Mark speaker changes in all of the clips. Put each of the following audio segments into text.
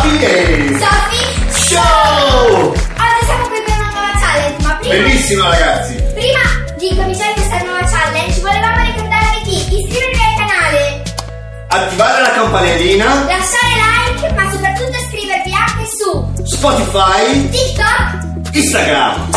Speaker 1: DJ
Speaker 2: Sofi,
Speaker 1: Show!
Speaker 2: oggi siamo qui per una nuova challenge, ma prima,
Speaker 1: Bellissima ragazzi!
Speaker 2: prima di cominciare questa nuova challenge volevamo ricordarvi di iscrivervi al canale,
Speaker 1: Attivare la campanellina,
Speaker 2: lasciare like, ma soprattutto iscrivervi anche su
Speaker 1: Spotify,
Speaker 2: TikTok.
Speaker 1: Instagram.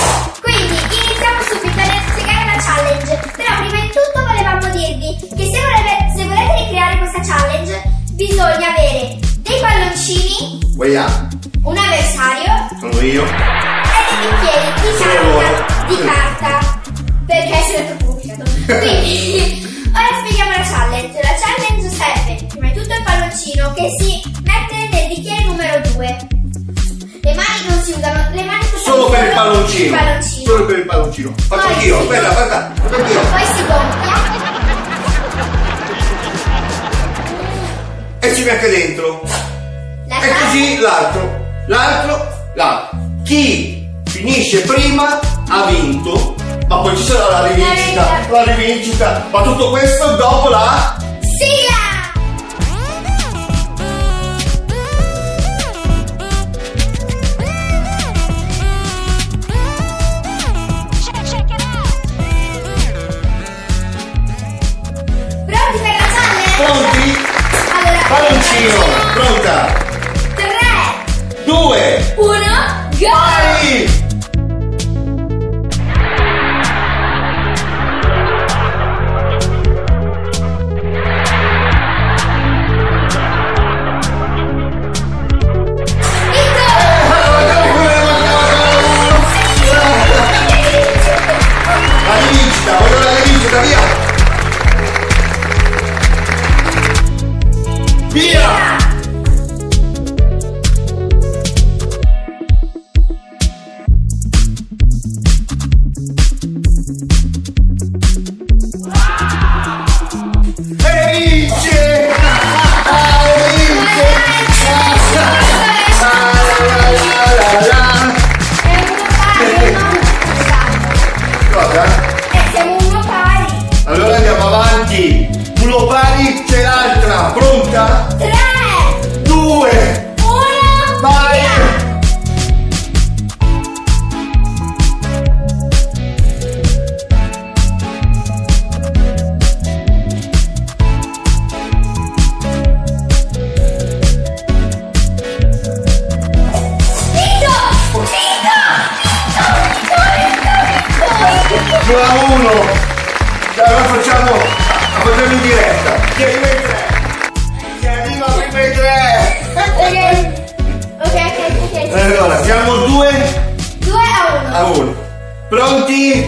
Speaker 2: Quindi iniziamo subito nel spiegare la challenge, però prima di tutto volevamo dirvi che se volete, se volete ricreare questa challenge bisogna avere dei palloncini,
Speaker 1: Guaia,
Speaker 2: un avversario
Speaker 1: sono io.
Speaker 2: Dei bicchieri di carta, di carta perché è stato pubblicato. Quindi, ora spieghiamo la challenge. La challenge serve prima di tutto il palloncino che si mette nel bicchiere numero 2. Le mani non si usano, le mani sono
Speaker 1: Solo per il palloncino.
Speaker 2: Il palloncino.
Speaker 1: Solo per il palloncino. Faccio
Speaker 2: Poi
Speaker 1: anch'io,
Speaker 2: sì.
Speaker 1: aspetta, aspetta, faccio anch'io.
Speaker 2: Poi si gonfia
Speaker 1: E ci metto dentro.
Speaker 2: la
Speaker 1: E così l'altro, l'altro, l'altro. Chi finisce prima ha vinto, ma poi ci sarà la rivincita, la rivincita. Ma tutto questo dopo la...
Speaker 2: sigla! Pronti per la challenge?
Speaker 1: Pronti?
Speaker 2: Allora,
Speaker 1: Palloncino, pronta.
Speaker 2: 3,
Speaker 1: Due.
Speaker 2: 1, go!
Speaker 1: Vai!
Speaker 2: Vinto!
Speaker 1: La rivincita, voglio la rivincita, via! Via! E vince! E vince! La, la, la, la, la.
Speaker 2: È uno pari, no? Scusate.
Speaker 1: Cosa?
Speaker 2: Eh, siamo uno pari.
Speaker 1: Allora andiamo avanti. Uno pari c'è l'altra. Pronta?
Speaker 2: 3,
Speaker 1: Due.
Speaker 2: 1,
Speaker 1: Vai.
Speaker 2: Vinto! Vinto! Vinto! Vinto! Vinto! Vinto!
Speaker 1: Due a uno. Dai, Allora facciamo. La facciamo in diretta. Chi arriva in tre? Chi arriva prima in tre?
Speaker 2: Ok, ok, ok, ok.
Speaker 1: Allora, siamo due
Speaker 2: 2 a 1.
Speaker 1: a uno. Pronti?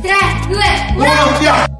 Speaker 2: 3, 2, 1.
Speaker 1: Uno, via!